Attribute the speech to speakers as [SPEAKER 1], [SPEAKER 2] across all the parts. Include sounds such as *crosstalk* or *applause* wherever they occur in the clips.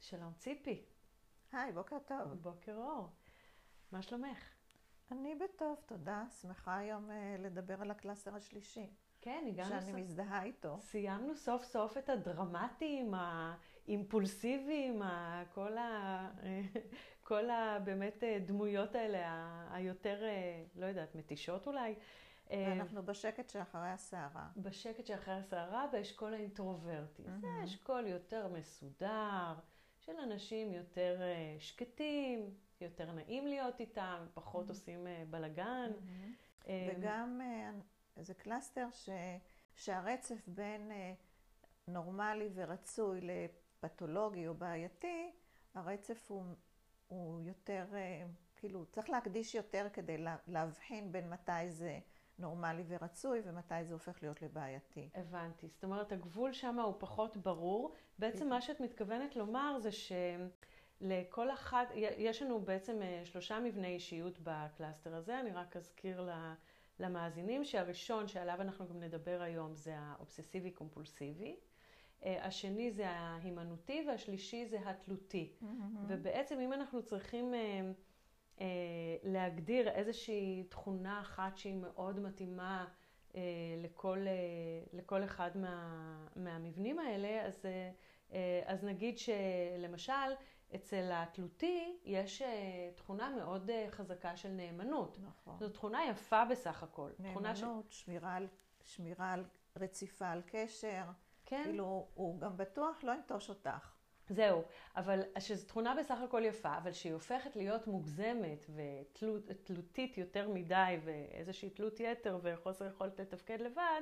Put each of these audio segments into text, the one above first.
[SPEAKER 1] שלום ציפי,
[SPEAKER 2] היי, בוקר טוב.
[SPEAKER 1] בוקר אור. מה שלומך?
[SPEAKER 2] אני בטוב, תודה. שמחה היום אה, לדבר על הקלאסר השלישי,
[SPEAKER 1] כן, הגענו
[SPEAKER 2] שאני
[SPEAKER 1] סוף...
[SPEAKER 2] מזדהה איתו.
[SPEAKER 1] סיימנו סוף סוף את הדרמטיים, האימפולסיביים, ה- כל ה... *laughs* כל ה... באמת אה, דמויות האלה, ה- היותר, אה, לא יודעת, מתישות אולי. אה,
[SPEAKER 2] ואנחנו בשקט שאחרי הסערה.
[SPEAKER 1] בשקט שאחרי הסערה, באשכול האינטרוברטי. זה אשכול יותר מסודר, של אנשים יותר אה, שקטים, יותר נעים להיות איתם, פחות עושים אה, בלאגן. אה,
[SPEAKER 2] Mm-hmm. וגם אה, זה קלאסטר ש... שהרצף בין אה, נורמלי ורצוי לפתולוגי או בעייתי, הרצף הוא, הוא יותר, אה, כאילו, צריך להקדיש יותר כדי לה, להבחין בין מתי זה נורמלי ורצוי ומתי זה הופך להיות לבעייתי.
[SPEAKER 1] הבנתי. זאת אומרת, הגבול שם הוא פחות ברור. בעצם מה שאת מתכוונת לומר זה שלכל אחת, יש לנו בעצם אה, שלושה מבני אישיות בקלאסטר הזה. אני רק אזכיר ל- למאזינים שהראשון שעליו אנחנו גם נדבר היום זה האובססיבי-קומפולסיבי. אה, השני זה ההימנעותי והשלישי זה התלותי.
[SPEAKER 2] Mm-hmm.
[SPEAKER 1] ובעצם אם אנחנו צריכים אה, אה, להגדיר איזושהי תכונה אחת שהיא מאוד מתאימה אה, לכל, אה, לכל אחד מה, מהמבנים האלה, אז, אה, אה, אז נגיד שלמשל, אצל התלותי יש אה, תכונה מאוד אה, חזקה של נאמנות.
[SPEAKER 2] נכון.
[SPEAKER 1] זו תכונה יפה בסך הכל. תכונה ש...
[SPEAKER 2] נאמנות, שמירה על, שמירה על רציפה על קשר.
[SPEAKER 1] כן.
[SPEAKER 2] כאילו, הוא גם בטוח לא ינטוש אותך.
[SPEAKER 1] זהו, אבל שזו תכונה בסך הכל יפה, אבל שהיא הופכת להיות מוגזמת ותלותית יותר מדי, ואיזושהי תלות יתר וחוסר יכולת לתפקד לבד,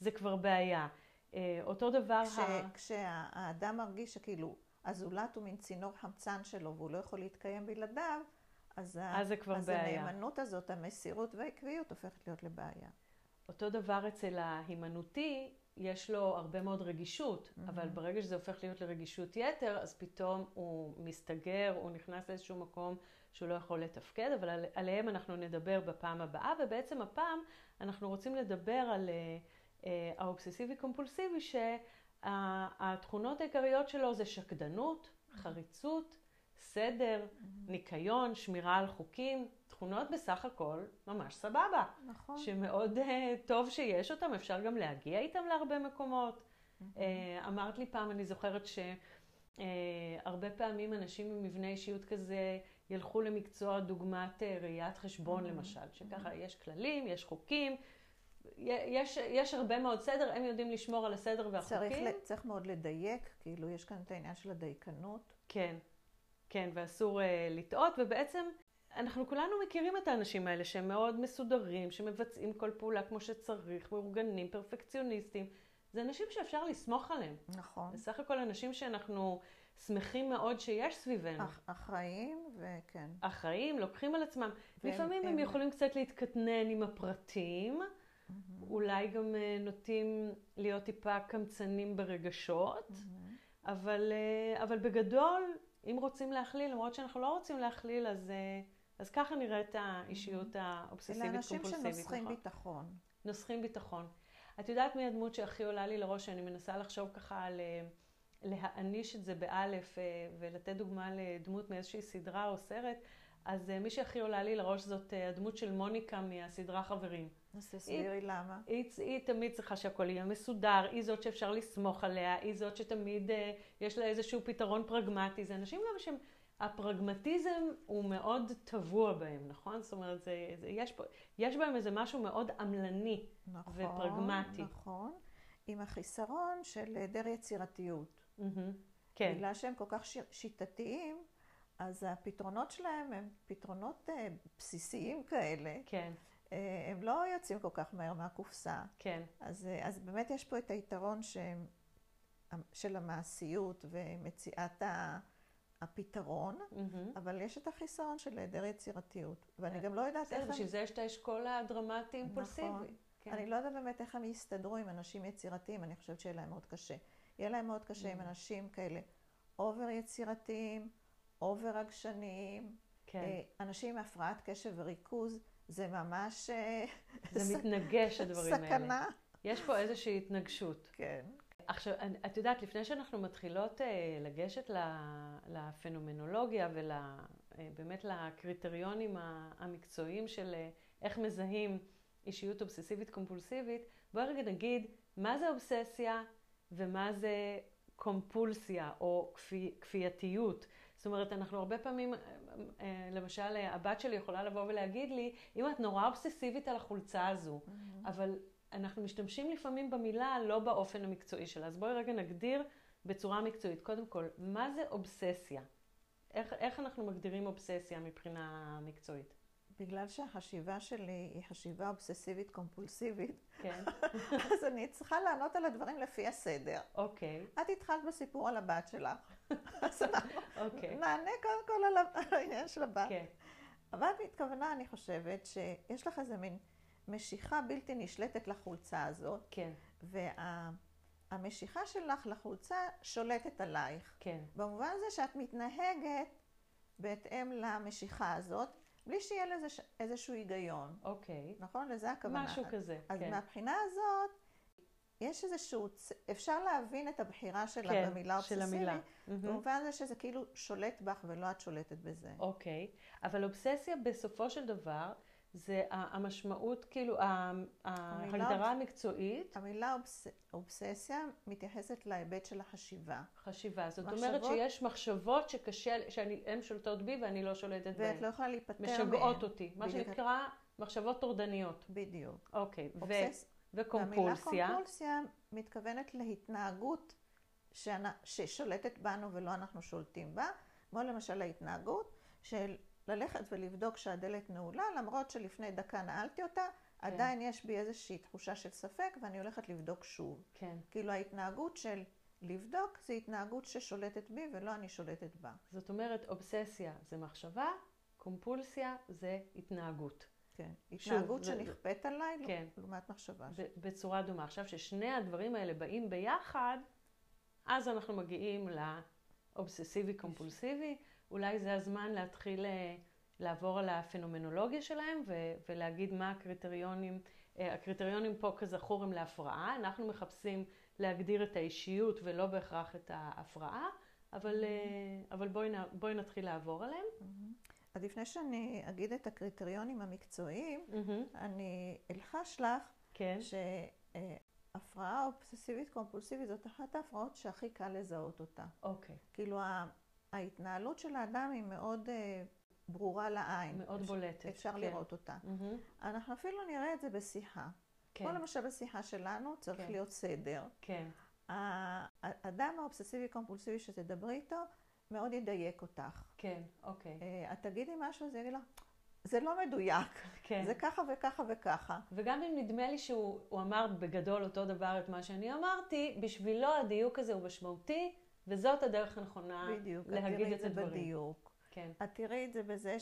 [SPEAKER 1] זה כבר בעיה. אה, אותו דבר
[SPEAKER 2] כש,
[SPEAKER 1] ה...
[SPEAKER 2] כשהאדם מרגיש שכאילו, הזולת הוא מין צינור חמצן שלו והוא לא יכול להתקיים בלעדיו, אז, ה-
[SPEAKER 1] אז זה כבר
[SPEAKER 2] אז
[SPEAKER 1] בעיה.
[SPEAKER 2] הנאמנות הזאת, המסירות והעקביות הופכת להיות לבעיה.
[SPEAKER 1] אותו דבר אצל ההימנעותי, יש לו הרבה מאוד רגישות, אבל ברגע שזה הופך להיות לרגישות יתר, אז פתאום הוא מסתגר, הוא נכנס לאיזשהו מקום שהוא לא יכול לתפקד, אבל על, עליהם אנחנו נדבר בפעם הבאה, ובעצם הפעם אנחנו רוצים לדבר על uh, uh, האובססיבי-קומפולסיבי, שהתכונות העיקריות שלו זה שקדנות, חריצות, סדר, ניקיון, שמירה על חוקים, תכונות בסך הכל ממש סבבה.
[SPEAKER 2] נכון.
[SPEAKER 1] שמאוד אה, טוב שיש אותם, אפשר גם להגיע איתם להרבה מקומות. אה, אמרת לי פעם, אני זוכרת שהרבה פעמים אנשים עם מבנה אישיות כזה ילכו למקצוע דוגמת אה, ראיית חשבון למשל, שככה יש כללים, יש חוקים, י- יש, יש הרבה מאוד סדר, הם יודעים לשמור על הסדר והחוקים.
[SPEAKER 2] צריך, ל- צריך מאוד לדייק, כאילו, יש כאן את העניין של הדייקנות.
[SPEAKER 1] כן, כן, ואסור uh, לטעות, ובעצם אנחנו כולנו מכירים את האנשים האלה שהם מאוד מסודרים, שמבצעים כל פעולה כמו שצריך, מאורגנים, פרפקציוניסטים. זה אנשים שאפשר לסמוך עליהם.
[SPEAKER 2] נכון.
[SPEAKER 1] בסך הכל אנשים שאנחנו שמחים מאוד שיש סביבנו.
[SPEAKER 2] אח- אחראים, וכן.
[SPEAKER 1] אחראים, לוקחים על עצמם.
[SPEAKER 2] והם-
[SPEAKER 1] לפעמים הם
[SPEAKER 2] הם-
[SPEAKER 1] יכולים קצת להתקטנן עם הפרטים, אולי גם אה, נוטים להיות טיפה קמצנים ברגשות, אבל, אה, אבל בגדול, אם רוצים להכליל, למרות שאנחנו לא רוצים להכליל, אז, אה, אז ככה נראית האישיות
[SPEAKER 2] אלה
[SPEAKER 1] האובססיבית
[SPEAKER 2] אנשים
[SPEAKER 1] קומפולסיבית.
[SPEAKER 2] Mm-hmm.
[SPEAKER 1] נכון.
[SPEAKER 2] שנוסחים ביטחון.
[SPEAKER 1] נוסחים ביטחון. את יודעת מי הדמות שהכי עולה לי לראש, שאני מנסה לחשוב ככה על אה, להעניש את זה באלף אה, ולתת דוגמה לדמות מאיזושהי סדרה או סרט, אז אה, מי שהכי עולה לי לראש זאת אה, הדמות של מוניקה מהסדרה חברים.
[SPEAKER 2] אז תסבירי למה.
[SPEAKER 1] היא, היא תמיד צריכה שהכל יהיה מסודר, היא זאת שאפשר לסמוך עליה, היא זאת שתמיד אה, יש לה איזשהו פתרון פרגמטי. זה אנשים גם שהם, הפרגמטיזם הוא מאוד טבוע בהם, נכון? זאת אומרת, זה, זה, יש, פה, יש בהם איזה משהו מאוד עמלני.
[SPEAKER 2] נכון,
[SPEAKER 1] ופרגמטי.
[SPEAKER 2] נכון, עם החיסרון של היעדר יצירתיות.
[SPEAKER 1] מהמם. כן,
[SPEAKER 2] בגלל שהם כל כך שיר- שיטתיים, אז הפתרונות שלהם הם פתרונות אה, בסיסיים כאלה.
[SPEAKER 1] כן,
[SPEAKER 2] אה, הם לא יוצאים כל כך מהר מהקופסה.
[SPEAKER 1] כן,
[SPEAKER 2] אז, אה, אז באמת יש פה את היתרון שהם, של המעשיות ומציאת ה- הפתרון,
[SPEAKER 1] מהמם.
[SPEAKER 2] אבל יש את החיסרון של היעדר יצירתיות. ואני גם לא יודעת
[SPEAKER 1] אה, בסדר,
[SPEAKER 2] איך הם...
[SPEAKER 1] בשביל זה יש את האשכול הדרמטי אימפולסיבי.
[SPEAKER 2] נכון.
[SPEAKER 1] כן.
[SPEAKER 2] אני לא יודעת באמת איך הם יסתדרו עם אנשים יצירתיים, אני חושבת שיהיה להם מאוד קשה. יהיה להם מאוד קשה
[SPEAKER 1] Mm.
[SPEAKER 2] עם אנשים כאלה אובר יצירתיים, אובר עגשניים.
[SPEAKER 1] כן,
[SPEAKER 2] אה, אנשים עם הפרעת קשב וריכוז, זה ממש אה,
[SPEAKER 1] זה
[SPEAKER 2] סכ-
[SPEAKER 1] מתנגש הדברים האלה.
[SPEAKER 2] סכנה.
[SPEAKER 1] יש פה איזושהי התנגשות.
[SPEAKER 2] כן.
[SPEAKER 1] עכשיו, אני- את יודעת, לפני שאנחנו מתחילות אה, לגשת ל- לפנומנולוגיה ובאמת לקריטריונים ה- המקצועיים של אה, איך מזהים אישיות אובססיבית קומפולסיבית, בואי רגע נגיד מה זה אובססיה ומה זה קומפולסיה או כפי, כפייתיות. זאת אומרת, אנחנו הרבה פעמים, אה, אה, למשל, אה, הבת שלי יכולה לבוא ולהגיד לי, אמא, את נורא אובססיבית על החולצה הזו. אבל אנחנו משתמשים לפעמים במילה לא באופן המקצועי שלה. אז בואי רגע נגדיר בצורה מקצועית. קודם כל, מה זה אובססיה? איך, איך אנחנו מגדירים אובססיה מבחינה מקצועית?
[SPEAKER 2] בגלל שהחשיבה שלי היא חשיבה אובססיבית קומפולסיבית, *coughs* *laughs*
[SPEAKER 1] כן,
[SPEAKER 2] אז אני צריכה לענות על הדברים לפי הסדר.
[SPEAKER 1] אוקיי,
[SPEAKER 2] את התחלת בסיפור על הבת
[SPEAKER 1] *laughs*
[SPEAKER 2] שלך, אז אנחנו
[SPEAKER 1] אוקיי,
[SPEAKER 2] נענה קודם כל על ה- על העניין של הבת.
[SPEAKER 1] כן,
[SPEAKER 2] אבל בהתכוונה, אני חושבת שיש לך איזה מין משיכה בלתי נשלטת לחולצה הזאת,
[SPEAKER 1] כן,
[SPEAKER 2] והמשיכה שלך לחולצה שולטת עלייך.
[SPEAKER 1] כן,
[SPEAKER 2] במובן הזה שאת מתנהגת בהתאם למשיכה הזאת, בלי שיהיה לזה ש- איזשהו היגיון,
[SPEAKER 1] אוקיי.
[SPEAKER 2] נכון? לזה הכוונה.
[SPEAKER 1] משהו כזה,
[SPEAKER 2] אז
[SPEAKER 1] כן.
[SPEAKER 2] מהבחינה הזאת, יש איזשהו, צ- אפשר להבין את הבחירה שלה
[SPEAKER 1] כן,
[SPEAKER 2] במילה
[SPEAKER 1] של
[SPEAKER 2] אובססיבי,
[SPEAKER 1] המילה. Mm-hmm. מהמם.
[SPEAKER 2] במובן הזה שזה כאילו שולט בך ולא את שולטת בזה.
[SPEAKER 1] אוקיי, אבל אובססיה בסופו של דבר זה ה- המשמעות, כאילו, ה- ההגדרה המקצועית,
[SPEAKER 2] המילה אובס... אובססיה מתייחסת להיבט של החשיבה.
[SPEAKER 1] חשיבה. זאת אומרת
[SPEAKER 2] מחשבות-
[SPEAKER 1] שיש מחשבות שקשה, שהן שולטות בי ואני לא שולטת בהן.
[SPEAKER 2] ואת לא יכולה להיפטר מהן.
[SPEAKER 1] משגעות אותי, מה
[SPEAKER 2] בדיוק.
[SPEAKER 1] שנקרא מחשבות טורדניות.
[SPEAKER 2] בדיוק.
[SPEAKER 1] אוקיי, ו-
[SPEAKER 2] אובסס... והמילה
[SPEAKER 1] וקומפולסיה.
[SPEAKER 2] קומפולסיה מתכוונת להתנהגות שאנ... ששולטת בנו ולא אנחנו שולטים בה, כמו למשל ההתנהגות של ללכת ולבדוק שהדלת נעולה, למרות שלפני דקה נעלתי אותה,
[SPEAKER 1] כן.
[SPEAKER 2] עדיין יש בי איזושהי תחושה של ספק ואני הולכת לבדוק שוב.
[SPEAKER 1] כן,
[SPEAKER 2] כאילו ההתנהגות של לבדוק זה התנהגות ששולטת בי ולא אני שולטת בה.
[SPEAKER 1] זאת אומרת אובססיה זה מחשבה, קומפולסיה זה התנהגות.
[SPEAKER 2] כן.
[SPEAKER 1] שוב,
[SPEAKER 2] התנהגות
[SPEAKER 1] זה-
[SPEAKER 2] שנכפית עליי לא-
[SPEAKER 1] כן.
[SPEAKER 2] לעומת מחשבה.
[SPEAKER 1] ב- בצורה דומה. עכשיו, ששני הדברים האלה באים ביחד, אז אנחנו מגיעים לאובססיבי-קומפולסיבי. אולי זה הזמן להתחיל אה, לעבור על הפנומנולוגיה שלהם ו- ולהגיד מה הקריטריונים. אה, הקריטריונים פה, כזכור, הם להפרעה. אנחנו מחפשים להגדיר את האישיות ולא בהכרח את ההפרעה, אבל, אה, אבל בואי, נע- בואי נתחיל לעבור עליהם.
[SPEAKER 2] מהמם. Mm-hmm. אז לפני שאני אגיד את הקריטריונים המקצועיים, אני אלחש לך
[SPEAKER 1] כן,
[SPEAKER 2] שהפרעה אובססיבית קומפולסיבית זאת אחת ההפרעות שהכי קל לזהות אותה.
[SPEAKER 1] אוקיי.
[SPEAKER 2] כאילו ה- ההתנהלות של האדם היא מאוד אה, ברורה לעין.
[SPEAKER 1] מאוד
[SPEAKER 2] אפשר-
[SPEAKER 1] בולטת.
[SPEAKER 2] אפשר
[SPEAKER 1] כן.
[SPEAKER 2] לראות אותה.
[SPEAKER 1] מהמם.
[SPEAKER 2] אנחנו אפילו נראה את זה בשיחה.
[SPEAKER 1] כן,
[SPEAKER 2] כמו למשל בשיחה שלנו צריך
[SPEAKER 1] כן.
[SPEAKER 2] להיות סדר.
[SPEAKER 1] כן,
[SPEAKER 2] האדם האובססיבי קומפולסיבי שתדברי איתו מאוד ידייק אותך.
[SPEAKER 1] כן, אוקיי.
[SPEAKER 2] אה, את תגידי משהו, זה יגיד לך, זה לא מדויק,
[SPEAKER 1] כן.
[SPEAKER 2] זה ככה וככה וככה.
[SPEAKER 1] וגם אם נדמה לי שהוא הוא אמר בגדול אותו דבר את מה שאני אמרתי, בשבילו הדיוק הזה הוא משמעותי, וזאת הדרך הנכונה
[SPEAKER 2] בדיוק, את
[SPEAKER 1] אה, להגיד את
[SPEAKER 2] תראי את זה
[SPEAKER 1] הדברים.
[SPEAKER 2] בדיוק.
[SPEAKER 1] כן,
[SPEAKER 2] את תראי את זה בזה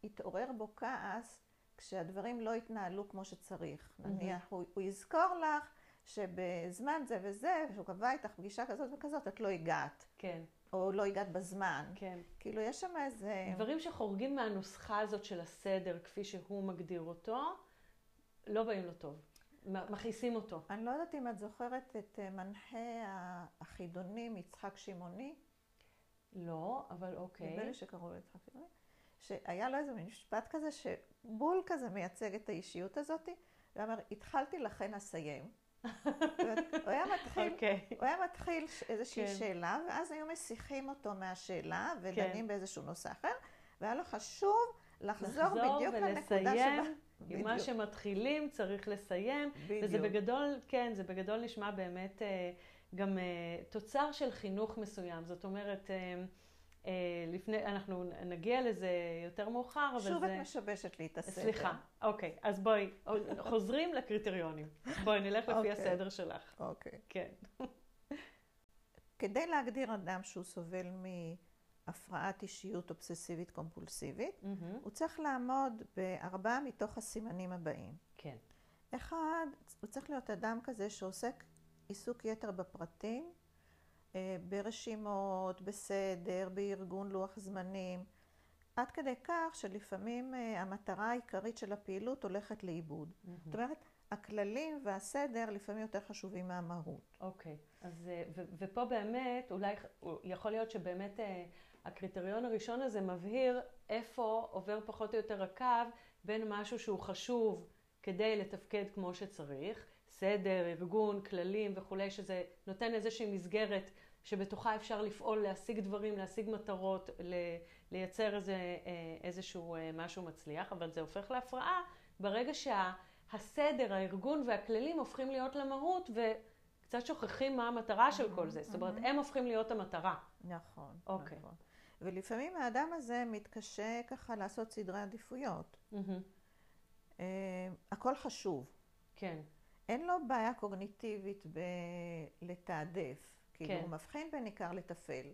[SPEAKER 2] שהתעורר בו כעס כשהדברים לא התנהלו כמו שצריך.
[SPEAKER 1] Mm-hmm.
[SPEAKER 2] נניח, הוא, הוא יזכור לך שבזמן זה וזה, שהוא קבע איתך פגישה כזאת וכזאת, את לא הגעת,
[SPEAKER 1] כן,
[SPEAKER 2] או לא הגעת בזמן.
[SPEAKER 1] כן.
[SPEAKER 2] כאילו, יש שם איזה...
[SPEAKER 1] דברים שחורגים מהנוסחה הזאת של הסדר, כפי שהוא מגדיר אותו, לא באים לו טוב. מ- מכעיסים אותו.
[SPEAKER 2] אני לא יודעת אם את זוכרת את אה, מנחה ה- החידונים יצחק שמעוני.
[SPEAKER 1] לא, אבל
[SPEAKER 2] נדמה
[SPEAKER 1] אוקיי.
[SPEAKER 2] לי שקראו לו יצחק שמעוני, שהיה לו איזה מין משפט כזה, שבול כזה מייצג את האישיות הזאת, והוא אמר, התחלתי לכן אסיים. זאת אומרת, הוא היה מתחיל,
[SPEAKER 1] אוקיי.
[SPEAKER 2] הוא היה מתחיל ש- איזושהי
[SPEAKER 1] כן.
[SPEAKER 2] שאלה, ואז היו מסיחים אותו מהשאלה, ודנים באיזשהו נושא אחר, והיה לו חשוב לחזור
[SPEAKER 1] לחזור
[SPEAKER 2] בדיוק לנקודה
[SPEAKER 1] ולסיים
[SPEAKER 2] שבה...
[SPEAKER 1] עם מה
[SPEAKER 2] בדיוק,
[SPEAKER 1] שמתחילים צריך לסיים. וזה
[SPEAKER 2] בדיוק.
[SPEAKER 1] בגדול, כן, זה בגדול נשמע באמת אה, גם אה, תוצר של חינוך מסוים. זאת אומרת, אה, אה, לפני, אנחנו נ- נגיע לזה יותר מאוחר, אבל
[SPEAKER 2] שוב
[SPEAKER 1] זה...
[SPEAKER 2] את משבשת לי את הסדר.
[SPEAKER 1] סליחה, אוקיי, אז בואי, חוזרים לקריטריונים. בואי, נלך לפי
[SPEAKER 2] אוקיי.
[SPEAKER 1] הסדר שלך.
[SPEAKER 2] אוקיי.
[SPEAKER 1] כן,
[SPEAKER 2] כדי להגדיר אדם שהוא סובל מהפרעת אישיות אובססיבית קומפולסיבית,
[SPEAKER 1] מהמם.
[SPEAKER 2] הוא צריך לעמוד בארבעה מתוך הסימנים הבאים.
[SPEAKER 1] כן,
[SPEAKER 2] אחד, הוא צריך להיות אדם כזה שעוסק עיסוק יתר בפרטים, אה, ברשימות, בסדר, בארגון לוח זמנים, עד כדי כך שלפעמים אה, המטרה העיקרית של הפעילות הולכת לאיבוד.
[SPEAKER 1] מהמם.
[SPEAKER 2] זאת אומרת, הכללים והסדר לפעמים יותר חשובים מהמהות.
[SPEAKER 1] אוקיי, אז אה, ו- ופה באמת, אולי יכול להיות שבאמת אה, הקריטריון הראשון הזה מבהיר איפה עובר פחות או יותר הקו בין משהו שהוא חשוב כדי לתפקד כמו שצריך, סדר, ארגון, כללים וכולי, שזה נותן איזושהי מסגרת שבתוכה אפשר לפעול, להשיג דברים, להשיג מטרות, ל- לייצר איזה, אה, איזשהו אה, משהו מצליח, אבל זה הופך להפרעה ברגע שהסדר, הארגון והכללים הופכים להיות למהות וקצת שוכחים מה המטרה של כל זה. זאת אומרת, הם הופכים להיות המטרה.
[SPEAKER 2] נכון.
[SPEAKER 1] אוקיי.
[SPEAKER 2] נכון. ולפעמים האדם הזה מתקשה ככה לעשות סדרי עדיפויות.
[SPEAKER 1] מהמם.
[SPEAKER 2] אה, הכל חשוב.
[SPEAKER 1] כן,
[SPEAKER 2] אין לו בעיה קוגניטיבית בלתעדף. כאילו,
[SPEAKER 1] כן.
[SPEAKER 2] הוא מבחין בין עיקר לטפל.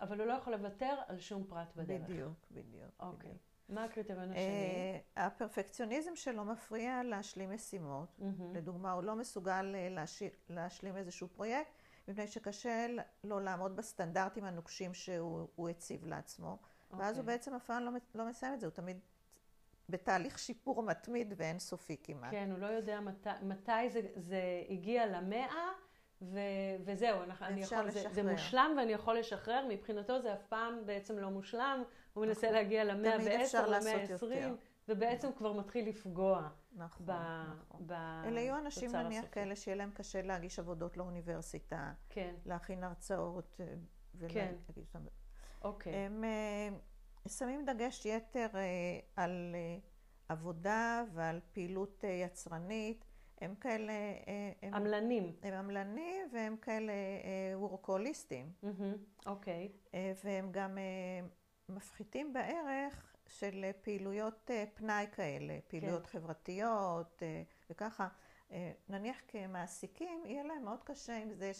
[SPEAKER 1] אבל הוא לא יכול לוותר על שום פרט בדרך.
[SPEAKER 2] בדיוק, בדיוק.
[SPEAKER 1] אוקיי.
[SPEAKER 2] בדיוק.
[SPEAKER 1] מה הקריטריון השני?
[SPEAKER 2] אה, הפרפקציוניזם שלו מפריע להשלים משימות.
[SPEAKER 1] מהמם.
[SPEAKER 2] לדוגמה, הוא לא מסוגל אה, להשי- להשלים איזשהו פרויקט, מפני שקשה ל- לו לעמוד בסטנדרטים הנוקשים שהוא הוא הציב לעצמו, ואז הוא
[SPEAKER 1] אוקיי.
[SPEAKER 2] בעצם אף פעם לא, מ- לא מסיים את זה, הוא תמיד בתהליך שיפור מתמיד ואינסופי כמעט.
[SPEAKER 1] כן, הוא לא יודע מתי, מתי זה, זה הגיע למאה, ו, וזהו, אנחנו, אני
[SPEAKER 2] אפשר
[SPEAKER 1] יכול, זה, זה
[SPEAKER 2] לשחרר.
[SPEAKER 1] מושלם ואני יכול לשחרר, מבחינתו זה אף פעם בעצם לא מושלם, הוא מנסה
[SPEAKER 2] נכון.
[SPEAKER 1] להגיע למאה
[SPEAKER 2] תמיד
[SPEAKER 1] ועשר,
[SPEAKER 2] אפשר
[SPEAKER 1] למאה
[SPEAKER 2] לעשות
[SPEAKER 1] עשרים,
[SPEAKER 2] יותר.
[SPEAKER 1] ובעצם כבר מתחיל לפגוע
[SPEAKER 2] נכון,
[SPEAKER 1] ב,
[SPEAKER 2] נכון.
[SPEAKER 1] ב,
[SPEAKER 2] אלה יהיו אנשים
[SPEAKER 1] בתוצר
[SPEAKER 2] נניח
[SPEAKER 1] הסופי.
[SPEAKER 2] כאלה שיהיה להם קשה להגיש עבודות לאוניברסיטה,
[SPEAKER 1] כן,
[SPEAKER 2] להכין הרצאות אה, ולהגיש אותם.
[SPEAKER 1] אוקיי,
[SPEAKER 2] הם אה, שמים דגש יתר אה, על אה, עבודה ועל פעילות אה, יצרנית. הם כאלה, אה, הם,
[SPEAKER 1] עמלנים,
[SPEAKER 2] הם עמלנים והם כאלה אה, וורקוליסטים.
[SPEAKER 1] מהמם, אוקיי,
[SPEAKER 2] אה, והם גם אה, מפחיתים בערך של אה, פעילויות אה, פנאי כאלה,
[SPEAKER 1] כן.
[SPEAKER 2] פעילויות חברתיות אה, וככה. אה, נניח כמעסיקים, יהיה להם מאוד קשה עם זה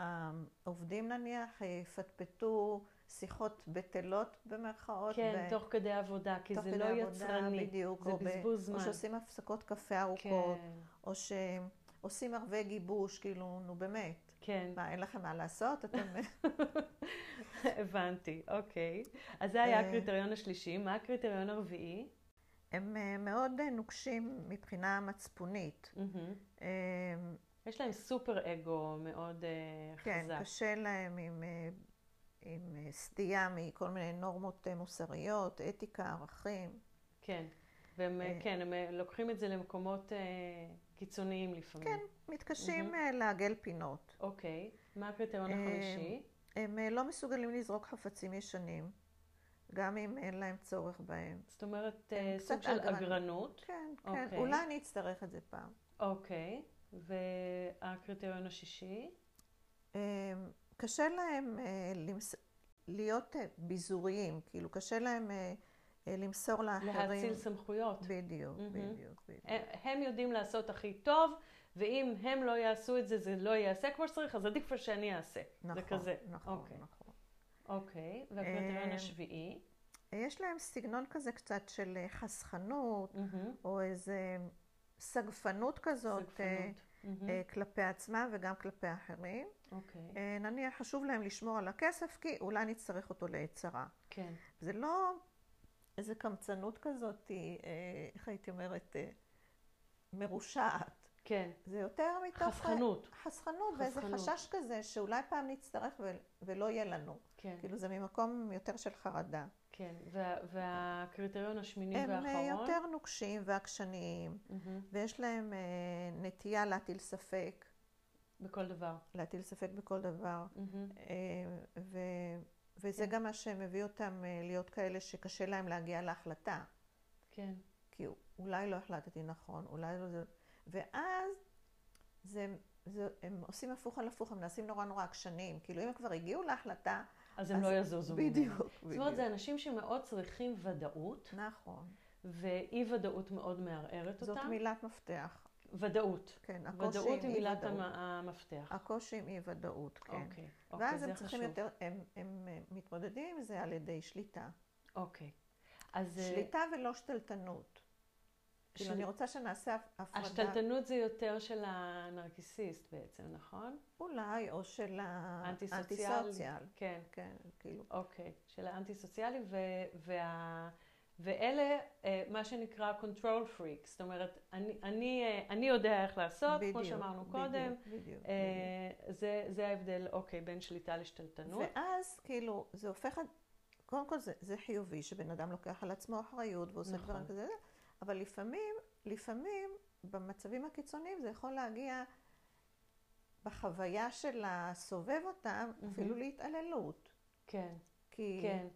[SPEAKER 2] שהעובדים נניח אה, יפטפטו שיחות בטלות במרכאות.
[SPEAKER 1] כן,
[SPEAKER 2] ב-
[SPEAKER 1] תוך כדי עבודה, כי
[SPEAKER 2] תוך
[SPEAKER 1] זה
[SPEAKER 2] כדי
[SPEAKER 1] לא
[SPEAKER 2] עבודה,
[SPEAKER 1] יצרני,
[SPEAKER 2] בדיוק,
[SPEAKER 1] זה
[SPEAKER 2] או ב-
[SPEAKER 1] בזבוז
[SPEAKER 2] או
[SPEAKER 1] זמן,
[SPEAKER 2] שעושים הפסקות קפה ארוכות,
[SPEAKER 1] כן,
[SPEAKER 2] או שעושים ערבי גיבוש, כאילו, נו באמת.
[SPEAKER 1] כן.
[SPEAKER 2] מה, אין לכם מה לעשות? אתם...
[SPEAKER 1] *laughs* הבנתי, אוקיי. אז זה היה
[SPEAKER 2] אה.
[SPEAKER 1] הקריטריון השלישי. מה הקריטריון הרביעי?
[SPEAKER 2] הם אה, מאוד אה, נוקשים מבחינה מצפונית.
[SPEAKER 1] מהמם.
[SPEAKER 2] אה,
[SPEAKER 1] יש להם סופר אגו מאוד אה,
[SPEAKER 2] כן,
[SPEAKER 1] חזק.
[SPEAKER 2] קשה להם עם, אה, עם אה, סטייה מכל מיני נורמות אה, מוסריות, אתיקה, ערכים.
[SPEAKER 1] כן. והם, אה,
[SPEAKER 2] אה.
[SPEAKER 1] כן, הם אה, לוקחים את זה למקומות אה, קיצוניים לפעמים.
[SPEAKER 2] כן. מתקשים אה, לעגל פינות.
[SPEAKER 1] אוקיי. מה הקריטריון
[SPEAKER 2] אה.
[SPEAKER 1] החמישי?
[SPEAKER 2] הם אה, לא מסוגלים לזרוק חפצים ישנים, גם אם אין להם צורך בהם.
[SPEAKER 1] זאת אומרת, אה,
[SPEAKER 2] הם
[SPEAKER 1] סוג
[SPEAKER 2] קצת
[SPEAKER 1] של
[SPEAKER 2] אגרנ-
[SPEAKER 1] אגרנות.
[SPEAKER 2] כן, כן.
[SPEAKER 1] אוקיי.
[SPEAKER 2] אולי אני אצטרך את זה פעם.
[SPEAKER 1] אוקיי. והקריטריון השישי?
[SPEAKER 2] אה, קשה להם אה, למס... להיות אה, ביזוריים, כאילו קשה להם אה, אה, למסור לאחרים.
[SPEAKER 1] להאציל סמכויות.
[SPEAKER 2] בדיוק,
[SPEAKER 1] מהמם.
[SPEAKER 2] בדיוק, בדיוק.
[SPEAKER 1] הם- הם יודעים לעשות הכי טוב, ואם הם לא יעשו את זה, זה לא ייעשה כמו שצריך, אז עדיף כבר שאני אעשה. זה כזה.
[SPEAKER 2] נכון,
[SPEAKER 1] אוקיי.
[SPEAKER 2] נכון.
[SPEAKER 1] אוקיי, והקריטריון
[SPEAKER 2] אה,
[SPEAKER 1] השביעי.
[SPEAKER 2] יש להם סגנון כזה קצת של אה, חסכנות,
[SPEAKER 1] מהמם.
[SPEAKER 2] או איזה סגפנות כזאת אה,
[SPEAKER 1] סגפנות. Mm-hmm. מהמם.
[SPEAKER 2] אה, כלפי עצמם וגם כלפי אחרים.
[SPEAKER 1] אוקיי,
[SPEAKER 2] אה, נניח חשוב להם לשמור על הכסף, כי אולי נצטרך אותו לעת צרה.
[SPEAKER 1] כן.
[SPEAKER 2] זה לא איזה קמצנות כזאת, אה, איך הייתי אומרת, אה, מרושעת.
[SPEAKER 1] כן.
[SPEAKER 2] זה יותר מתוך... אה,
[SPEAKER 1] חסכנות.
[SPEAKER 2] חסכנות, ואיזה
[SPEAKER 1] חסכנות.
[SPEAKER 2] חשש כזה שאולי פעם נצטרך ו- ולא יהיה לנו.
[SPEAKER 1] כן,
[SPEAKER 2] כאילו זה ממקום יותר של חרדה.
[SPEAKER 1] כן. וה- והקריטריון השמיני
[SPEAKER 2] הם אה,
[SPEAKER 1] והאחרון?
[SPEAKER 2] יותר נוקשים ועקשניים,
[SPEAKER 1] מהמם.
[SPEAKER 2] ויש להם אה, נטייה להטיל ספק,
[SPEAKER 1] בכל דבר.
[SPEAKER 2] להטיל ספק בכל דבר,
[SPEAKER 1] מהמם.
[SPEAKER 2] אה, ו... וזה
[SPEAKER 1] כן.
[SPEAKER 2] גם מה שמביא אותם אה, להיות כאלה שקשה להם להגיע להחלטה.
[SPEAKER 1] כן.
[SPEAKER 2] כי אולי לא החלטתי נכון, אולי לא זה... ואז זה, זה, הם עושים הפוך על הפוך, הם נעשים נורא נורא עקשניים. כאילו, אם הם כבר הגיעו להחלטה,
[SPEAKER 1] אז הם
[SPEAKER 2] אז
[SPEAKER 1] לא יזוזו. ממנו.
[SPEAKER 2] בדיוק,
[SPEAKER 1] זאת אומרת, זה
[SPEAKER 2] בדיוק.
[SPEAKER 1] אנשים שמאוד צריכים ודאות,
[SPEAKER 2] נכון.
[SPEAKER 1] ואי-ודאות מאוד מערערת
[SPEAKER 2] זאת
[SPEAKER 1] אותם.
[SPEAKER 2] מילת מפתח.
[SPEAKER 1] ודאות.
[SPEAKER 2] כן, הקושי
[SPEAKER 1] ודאות היא
[SPEAKER 2] עם
[SPEAKER 1] מילת
[SPEAKER 2] אי-ודאות.
[SPEAKER 1] המ- המפתח.
[SPEAKER 2] הקושי עם אי-ודאות, כן.
[SPEAKER 1] אוקיי, אוקיי,
[SPEAKER 2] ואז
[SPEAKER 1] זה
[SPEAKER 2] הם צריכים
[SPEAKER 1] חשוב.
[SPEAKER 2] יותר, הם, הם אה, מתמודדים עם זה על ידי שליטה.
[SPEAKER 1] אוקיי. אז אה,
[SPEAKER 2] שליטה ולא שתלטנות. כאילו,
[SPEAKER 1] של-
[SPEAKER 2] אני רוצה שנעשה הפ- הפרדה,
[SPEAKER 1] השתלטנות זה יותר של הנרקיסיסט בעצם, נכון?
[SPEAKER 2] אולי, או של ה-
[SPEAKER 1] האנטיסוציאל.
[SPEAKER 2] האנטיסוציאל.
[SPEAKER 1] כן,
[SPEAKER 2] כן, כאילו.
[SPEAKER 1] אוקיי. של האנטי-סוציאלי, ו- וה- ואלה אה, מה שנקרא control freak, זאת אומרת, אני, אני, אה, אני יודע איך לעשות,
[SPEAKER 2] בדיוק,
[SPEAKER 1] כמו שאמרנו קודם.
[SPEAKER 2] בדיוק, בדיוק. בדיוק.
[SPEAKER 1] אה, זה, זה ההבדל, אוקיי, בין שליטה לשתלטנות.
[SPEAKER 2] ואז כאילו זה הופך, קודם כל זה, זה חיובי שבן אדם לוקח על עצמו אחריות ועושה
[SPEAKER 1] נכון.
[SPEAKER 2] נכון. דברים כזה, אבל לפעמים, לפעמים במצבים הקיצוניים זה יכול להגיע בחוויה של הסובב אותם
[SPEAKER 1] מהמם.
[SPEAKER 2] אפילו להתעללות.
[SPEAKER 1] כן,
[SPEAKER 2] כי
[SPEAKER 1] כן.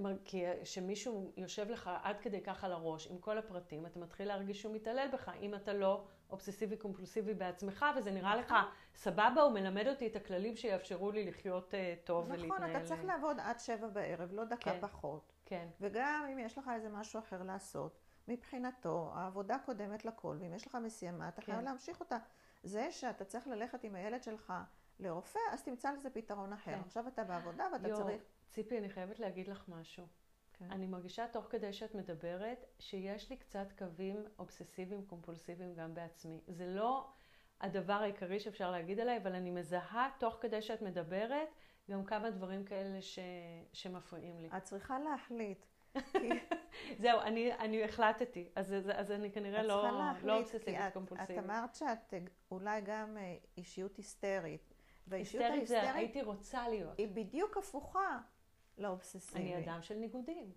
[SPEAKER 1] מ- כי כשמישהו יושב לך עד כדי כך על הראש עם כל הפרטים, אתה מתחיל להרגיש שהוא מתעלל בך, אם אתה לא אובססיבי קומפולסיבי בעצמך, וזה נראה לך
[SPEAKER 2] נכון.
[SPEAKER 1] סבבה, הוא מלמד אותי את הכללים שיאפשרו לי לחיות אה, טוב ולהתנהל.
[SPEAKER 2] נכון, אתה צריך
[SPEAKER 1] לה...
[SPEAKER 2] לעבוד עד שבע בערב, לא דקה
[SPEAKER 1] כן.
[SPEAKER 2] פחות.
[SPEAKER 1] כן,
[SPEAKER 2] וגם אם יש לך איזה משהו אחר לעשות, מבחינתו העבודה קודמת לכל, ואם יש לך משימה, אתה
[SPEAKER 1] כן.
[SPEAKER 2] חייב להמשיך אותה. זה שאתה צריך ללכת עם הילד שלך לרופא, אז תמצא לזה פתרון אחר.
[SPEAKER 1] כן.
[SPEAKER 2] עכשיו אתה בעבודה ואתה
[SPEAKER 1] יו.
[SPEAKER 2] צריך...
[SPEAKER 1] ציפי, אני חייבת להגיד לך משהו. אני מרגישה תוך כדי שאת מדברת, שיש לי קצת קווים אובססיביים קומפולסיביים גם בעצמי. זה לא הדבר העיקרי שאפשר להגיד עליי, אבל אני מזהה תוך כדי שאת מדברת, גם כמה דברים כאלה ש... שמפריעים לי.
[SPEAKER 2] את צריכה להחליט. כי
[SPEAKER 1] זהו, אני, אני החלטתי, אז, אז, אז אני כנראה
[SPEAKER 2] את
[SPEAKER 1] לא,
[SPEAKER 2] צריכה
[SPEAKER 1] לא
[SPEAKER 2] להחליט, כי
[SPEAKER 1] אובססיבית
[SPEAKER 2] את- את
[SPEAKER 1] קומפולסיבית.
[SPEAKER 2] אמרת שאת אה, אולי גם אה, אישיות היסטרית. והאישיות
[SPEAKER 1] היסטרית זה
[SPEAKER 2] ההיסטרית
[SPEAKER 1] הייתי רוצה להיות.
[SPEAKER 2] היא בדיוק הפוכה לאובססיבית.
[SPEAKER 1] אני אוקיי. אדם של ניגודים,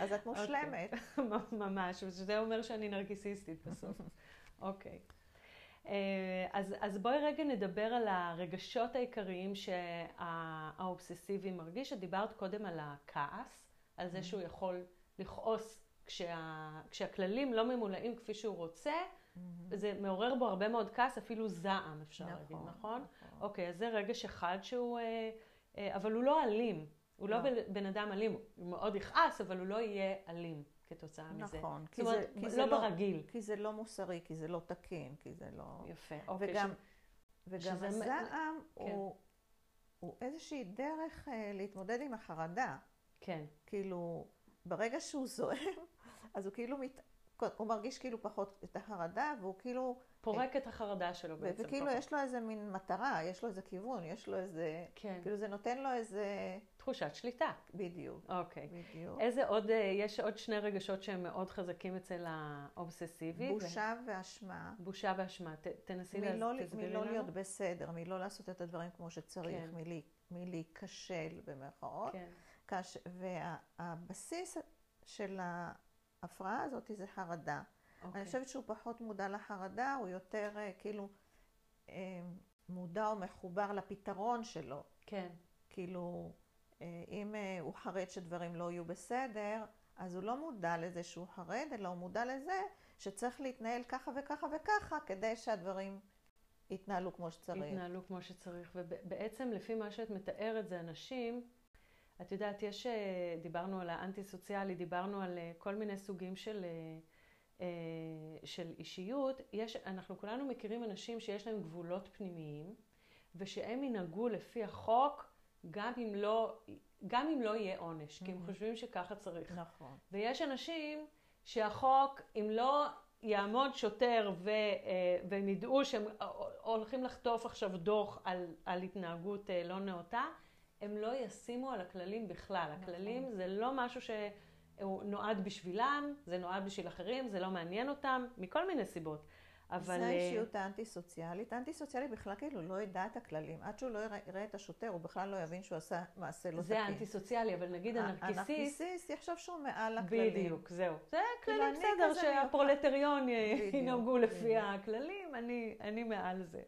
[SPEAKER 2] אז את מושלמת.
[SPEAKER 1] *laughs* ממש, וזה אומר שאני נרקיסיסטית בסוף. אוקיי. אה, אז, אז בואי רגע נדבר על הרגשות העיקריים שהאובססיבי מרגיש. את דיברת קודם על הכעס, על זה שהוא יכול לכעוס כשה, כשהכללים לא ממולאים כפי שהוא רוצה, זה מעורר בו הרבה מאוד כעס, אפילו זעם, אפשר להגיד, נכון? אוקיי, אז זה רגש אחד שהוא... אה, אה, אבל הוא לא אלים. הוא לא
[SPEAKER 2] לא.
[SPEAKER 1] בן- בן אדם אלים. הוא מאוד יכעס, אבל הוא לא יהיה אלים כתוצאה אוקיי, מזה.
[SPEAKER 2] נכון,
[SPEAKER 1] זאת אומרת,
[SPEAKER 2] כי
[SPEAKER 1] לא ברגיל.
[SPEAKER 2] כי זה לא מוסרי, כי זה לא תקין, כי זה לא...
[SPEAKER 1] יפה. אוקיי.
[SPEAKER 2] וגם,
[SPEAKER 1] ש-
[SPEAKER 2] וגם
[SPEAKER 1] שזה מ- כן.
[SPEAKER 2] הזעם הוא, הוא איזושהי דרך אה, להתמודד עם החרדה.
[SPEAKER 1] כן,
[SPEAKER 2] כאילו, ברגע שהוא זועם, *laughs* אז הוא כאילו מת... הוא מרגיש כאילו פחות את החרדה, והוא כאילו...
[SPEAKER 1] פורק את החרדה שלו
[SPEAKER 2] ו-
[SPEAKER 1] בעצם.
[SPEAKER 2] וכאילו
[SPEAKER 1] פחות.
[SPEAKER 2] יש לו איזה מין מטרה, יש לו איזה כיוון, יש לו איזה...
[SPEAKER 1] כן,
[SPEAKER 2] כאילו זה נותן לו איזה...
[SPEAKER 1] תחושת שליטה.
[SPEAKER 2] בדיוק,
[SPEAKER 1] אוקיי.
[SPEAKER 2] בדיוק.
[SPEAKER 1] איזה עוד, אה, יש עוד שני רגשות שהם מאוד חזקים אצל האובססיבי.
[SPEAKER 2] בושה ואשמה.
[SPEAKER 1] ו- בושה ואשמה. ת- תנסי לה-
[SPEAKER 2] מלא, לא-
[SPEAKER 1] תסבירי
[SPEAKER 2] מלא
[SPEAKER 1] לנו.
[SPEAKER 2] להיות בסדר, מלא לא לעשות את הדברים כמו שצריך,
[SPEAKER 1] כן.
[SPEAKER 2] כן. מלי, מלהיכשל במרכאות. כן.
[SPEAKER 1] כן,
[SPEAKER 2] כש, והבסיס של ההפרעה הזאת זה חרדה.
[SPEAKER 1] אוקיי.
[SPEAKER 2] אני חושבת שהוא פחות מודע לחרדה, הוא יותר אה, כאילו אה, מודע או מחובר לפתרון שלו.
[SPEAKER 1] כן,
[SPEAKER 2] כאילו, אה, אם אה, הוא חרד שדברים לא יהיו בסדר, אז הוא לא מודע לזה שהוא חרד, אלא הוא מודע לזה שצריך להתנהל ככה וככה וככה, כדי שהדברים יתנהלו כמו שצריך.
[SPEAKER 1] התנהלו כמו שצריך. ובעצם לפי מה שאת מתארת זה אנשים, את יודעת, יש, אה, דיברנו על האנטי-סוציאלי, דיברנו על אה, כל מיני סוגים של, אה, אה, של אישיות. יש, אנחנו כולנו מכירים אנשים שיש להם גבולות פנימיים, ושהם ינהגו לפי החוק גם אם לא, גם אם לא יהיה עונש, כי הם
[SPEAKER 2] Mhm.
[SPEAKER 1] חושבים שככה צריך.
[SPEAKER 2] נכון.
[SPEAKER 1] ויש אנשים שהחוק, אם לא יעמוד שוטר ו, אה, והם ידעו שהם הולכים לחטוף עכשיו דוח על, על התנהגות אה, לא נאותה, הם לא ישימו על הכללים בכלל.
[SPEAKER 2] נכון.
[SPEAKER 1] הכללים זה לא משהו שהוא נועד בשבילם, זה נועד בשביל אחרים, זה לא מעניין אותם, מכל מיני סיבות. אבל...
[SPEAKER 2] אבל... זה
[SPEAKER 1] אה,
[SPEAKER 2] האישיות האנטי-סוציאלית. האנטי-סוציאלי בכלל כאילו לא ידע את הכללים. עד שהוא לא יראה- יראה את השוטר, הוא בכלל לא יבין שהוא עשה מעשה לא
[SPEAKER 1] זה
[SPEAKER 2] תקין. אה,
[SPEAKER 1] האנטי-סוציאלי, אבל נגיד הנרקיסיסט,
[SPEAKER 2] הנרקיסיסט יחשוב שהוא מעל הכללים.
[SPEAKER 1] בדיוק, זהו. זה
[SPEAKER 2] כאילו,
[SPEAKER 1] כללים
[SPEAKER 2] אני
[SPEAKER 1] בסדר,
[SPEAKER 2] כזה מיוחד.
[SPEAKER 1] שהפרולטריון אה,
[SPEAKER 2] בדיוק,
[SPEAKER 1] ינהגו לפי
[SPEAKER 2] בדיוק.
[SPEAKER 1] הכללים, אני, אני מעל זה.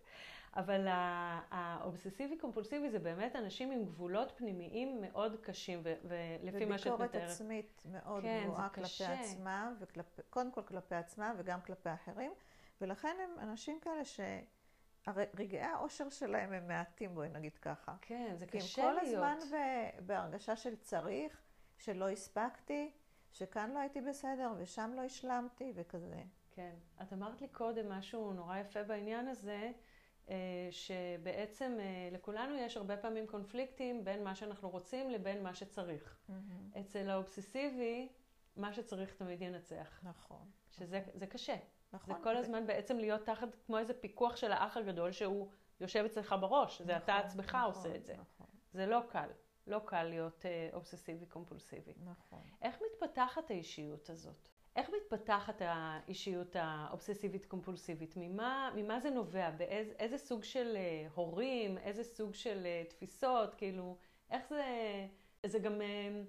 [SPEAKER 1] אבל ה- האובססיבי קומפולסיבי זה באמת אנשים עם גבולות פנימיים מאוד קשים, ו- ולפי מה שאת
[SPEAKER 2] וביקורת
[SPEAKER 1] מתארת.
[SPEAKER 2] עצמית מאוד
[SPEAKER 1] כן, זה
[SPEAKER 2] גבוהה כלפי
[SPEAKER 1] קשה.
[SPEAKER 2] עצמם, קודם כל כלפי עצמם וגם כלפי אחרים, ולכן הם אנשים כאלה שרגעי האושר שלהם הם מעטים, בואי נגיד ככה.
[SPEAKER 1] כן, זה
[SPEAKER 2] כי הם
[SPEAKER 1] קשה
[SPEAKER 2] כל
[SPEAKER 1] להיות.
[SPEAKER 2] הזמן ב- בהרגשה של צריך, שלא הספקתי, שכאן לא הייתי בסדר ושם לא השלמתי וכזה.
[SPEAKER 1] כן. את אמרת לי קודם משהו נורא יפה בעניין הזה, אה, שבעצם אה, לכולנו יש הרבה פעמים קונפליקטים בין מה שאנחנו רוצים לבין מה שצריך. אצל האובססיבי, מה שצריך תמיד ינצח.
[SPEAKER 2] נכון.
[SPEAKER 1] שזה זה קשה. זה
[SPEAKER 2] נכון.
[SPEAKER 1] כל
[SPEAKER 2] ו-
[SPEAKER 1] הזמן בעצם להיות תחת כמו איזה פיקוח של האח הגדול שהוא יושב אצלך בראש. זה אתה
[SPEAKER 2] נכון,
[SPEAKER 1] עצמך
[SPEAKER 2] נכון,
[SPEAKER 1] עושה את זה.
[SPEAKER 2] נכון.
[SPEAKER 1] זה לא קל. לא קל להיות אובססיבי קומפולסיבי.
[SPEAKER 2] נכון.
[SPEAKER 1] איך מתפתחת האישיות הזאת? איך מתפתחת האישיות האובססיבית קומפולסיבית? ממה, ממה זה נובע? באיזה איזה סוג של אה, הורים? איזה סוג של אה, תפיסות? כאילו, איך זה... זה גם אה,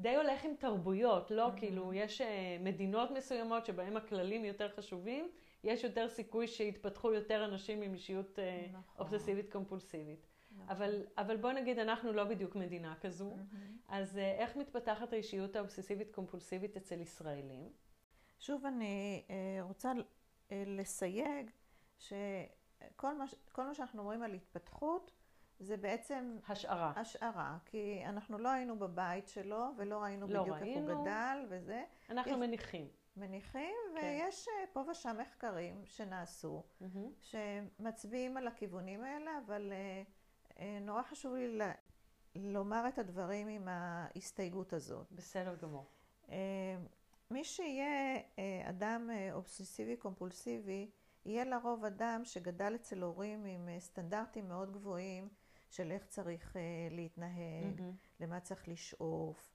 [SPEAKER 1] די הולך עם תרבויות, לא?
[SPEAKER 2] Mhm.
[SPEAKER 1] כאילו, יש אה, מדינות מסוימות שבהן הכללים יותר חשובים, יש יותר סיכוי שיתפתחו יותר אנשים עם אישיות אה,
[SPEAKER 2] נכון.
[SPEAKER 1] אובססיבית קומפולסיבית.
[SPEAKER 2] נכון.
[SPEAKER 1] אבל, אבל בוא נגיד, אנחנו לא בדיוק מדינה כזו.
[SPEAKER 2] מהמם.
[SPEAKER 1] אז אה, איך מתפתחת האישיות האובססיבית-קומפולסיבית אצל ישראלים?
[SPEAKER 2] שוב, אני אה, רוצה אה, לסייג שכל מה, ש- כל מה שאנחנו אומרים על התפתחות זה בעצם
[SPEAKER 1] השערה.
[SPEAKER 2] השערה, כי אנחנו לא היינו בבית שלו ולא ראינו
[SPEAKER 1] לא
[SPEAKER 2] בדיוק איך
[SPEAKER 1] ראינו.
[SPEAKER 2] הוא גדל וזה.
[SPEAKER 1] אנחנו
[SPEAKER 2] יש-
[SPEAKER 1] מניחים.
[SPEAKER 2] מניחים,
[SPEAKER 1] כן.
[SPEAKER 2] ויש אה, פה ושם מחקרים שנעשו,
[SPEAKER 1] מהמם.
[SPEAKER 2] שמצביעים על הכיוונים האלה, אבל אה, אה, נורא חשוב לי ל- לומר את הדברים עם ההסתייגות הזאת.
[SPEAKER 1] בסדר גמור.
[SPEAKER 2] אה, מי שיהיה אה, אדם אה, אובססיבי-קומפולסיבי, יהיה לרוב אדם שגדל אצל הורים עם אה, סטנדרטים מאוד גבוהים של איך צריך אה, להתנהג,
[SPEAKER 1] מהמם.
[SPEAKER 2] למה צריך לשאוף.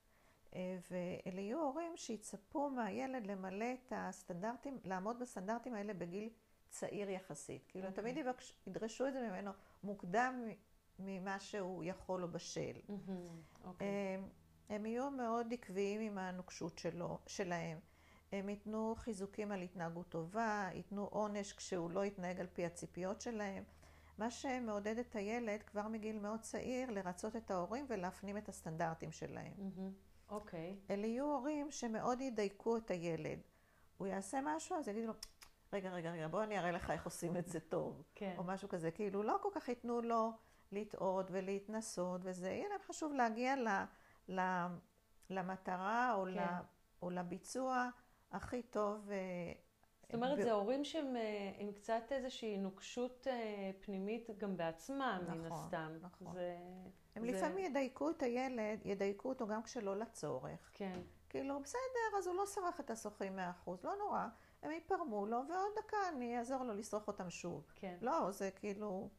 [SPEAKER 2] אה, ואלה יהיו הורים שיצפו מהילד למלא את הסטנדרטים, לעמוד בסטנדרטים האלה בגיל צעיר יחסית. כאילו, הם
[SPEAKER 1] אוקיי.
[SPEAKER 2] תמיד יבקש, ידרשו את זה ממנו מוקדם מ- ממה שהוא יכול או בשל.
[SPEAKER 1] מהמם. אוקיי.
[SPEAKER 2] הם, אמ, הם יהיו מאוד עקביים עם הנוקשות שלו, שלהם. הם ייתנו חיזוקים על התנהגות טובה, ייתנו עונש כשהוא לא יתנהג על פי הציפיות שלהם. מה שמעודד את הילד כבר מגיל מאוד צעיר לרצות את ההורים ולהפנים את הסטנדרטים שלהם.
[SPEAKER 1] מהמם. אוקיי.
[SPEAKER 2] אלה יהיו הורים שמאוד ידייקו את הילד. הוא יעשה משהו, אז יגידו לו, רגע, רגע, רגע, בוא אני אראה לך איך עושים את זה טוב.
[SPEAKER 1] כן.
[SPEAKER 2] או משהו כזה, כאילו לא כל כך ייתנו לו לטעות ולהתנסות וזה, יהיה להם חשוב להגיע ל, ל, למטרה או,
[SPEAKER 1] כן.
[SPEAKER 2] ל, או לביצוע הכי טוב. אה,
[SPEAKER 1] זאת אומרת,
[SPEAKER 2] ב-
[SPEAKER 1] זה הורים שהם אה, עם קצת איזושהי נוקשות אה, פנימית גם בעצמם, מן
[SPEAKER 2] נכון,
[SPEAKER 1] הסתם.
[SPEAKER 2] נכון.
[SPEAKER 1] זה...
[SPEAKER 2] הם
[SPEAKER 1] זה-
[SPEAKER 2] לפעמים ידייקו את הילד, ידייקו אותו גם כשלא לצורך.
[SPEAKER 1] כן.
[SPEAKER 2] כאילו, בסדר, אז הוא לא סרח את השוחים 100%, לא נורא, הם יפרמו לו, ועוד דקה אני אעזור לו לסרוח אותם שוב.
[SPEAKER 1] כן.
[SPEAKER 2] לא, זה כאילו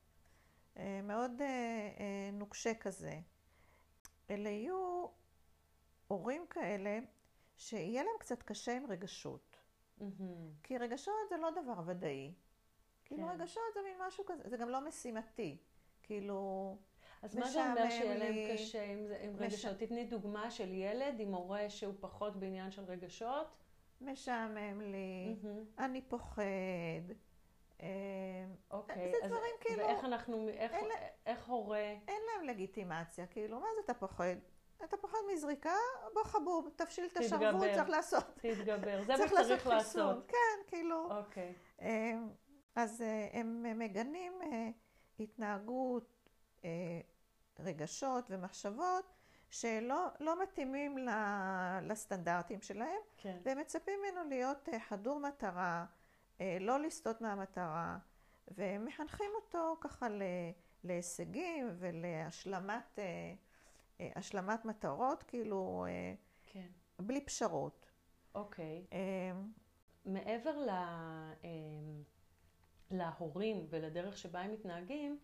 [SPEAKER 2] אה, מאוד אה, אה, נוקשה כזה. אלה יהיו הורים כאלה שיהיה להם קצת קשה עם רגשות.
[SPEAKER 1] מהמם.
[SPEAKER 2] כי רגשות זה לא דבר ודאי. כאילו
[SPEAKER 1] כן.
[SPEAKER 2] רגשות זה מין משהו כזה, זה גם לא משימתי. כאילו,
[SPEAKER 1] אז מה זה אומר
[SPEAKER 2] משעמם
[SPEAKER 1] שיהיה להם
[SPEAKER 2] לי.
[SPEAKER 1] קשה עם זה- עם
[SPEAKER 2] מש-
[SPEAKER 1] רגשות? תתני דוגמה של ילד עם הורה שהוא פחות בעניין של רגשות.
[SPEAKER 2] משעמם לי,
[SPEAKER 1] מהמם.
[SPEAKER 2] אני פוחד. אה,
[SPEAKER 1] אוקיי.
[SPEAKER 2] זה
[SPEAKER 1] אז-
[SPEAKER 2] דברים כאילו,
[SPEAKER 1] ואיך אנחנו, איך-
[SPEAKER 2] אלה-
[SPEAKER 1] איך הורה...
[SPEAKER 2] אין להם לגיטימציה. כאילו, מה זה אתה פוחד? אתה פוחד מזריקה? בוא חבוב, תפשיל את השרוול,
[SPEAKER 1] תתגבר.
[SPEAKER 2] צריך לעשות.
[SPEAKER 1] תתגבר, זה מה שצריך
[SPEAKER 2] חיסון.
[SPEAKER 1] לעשות.
[SPEAKER 2] כן, כאילו.
[SPEAKER 1] אוקיי.
[SPEAKER 2] אה, אז אה, הם מגנים אה, התנהגות, אה, רגשות ומחשבות שלא לא מתאימים ל- לסטנדרטים שלהם,
[SPEAKER 1] כן.
[SPEAKER 2] והם מצפים ממנו להיות אה, חדור מטרה, אה, לא לסטות מהמטרה, והם מחנכים אותו ככה ל- להישגים ולהשלמת אה, אה, השלמת מטרות, כאילו, אה,
[SPEAKER 1] כן.
[SPEAKER 2] בלי פשרות.
[SPEAKER 1] אוקיי.
[SPEAKER 2] אה,
[SPEAKER 1] מעבר ל... אמ, להורים ולדרך שבה הם מתנהגים,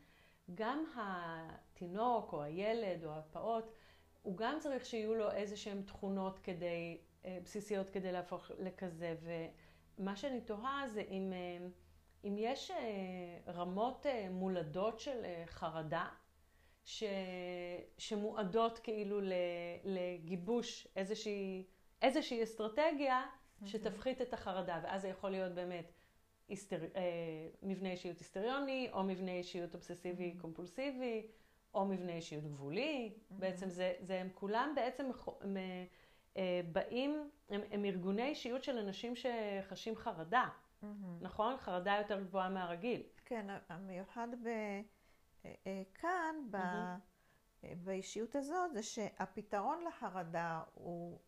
[SPEAKER 1] גם התינוק או הילד או הפעוט, הוא גם צריך שיהיו לו איזה שהן תכונות כדי, אה, בסיסיות כדי להפוך לכזה. ומה שאני תוהה זה אם, אה, אם יש אה, רמות אה, מולדות של אה, חרדה, ש... שמועדות כאילו ל... לגיבוש איזושהי, איזושהי אסטרטגיה שתפחית את החרדה, ואז זה יכול להיות באמת היסטר... אה, מבנה אישיות היסטריוני, או מבנה אישיות אובססיבי
[SPEAKER 2] Mm-hmm.
[SPEAKER 1] קומפולסיבי, או מבנה אישיות גבולי. בעצם זה, זה הם כולם בעצם מכו- הם, אה, אה, באים, הם, הם ארגוני אישיות של אנשים שחשים חרדה,
[SPEAKER 2] מהמם.
[SPEAKER 1] נכון? חרדה יותר גבוהה מהרגיל.
[SPEAKER 2] כן, ה- המיוחד ב... אה, אה, כאן, ב...
[SPEAKER 1] מהמם.
[SPEAKER 2] אה, באישיות הזאת, זה שהפתרון לחרדה הוא,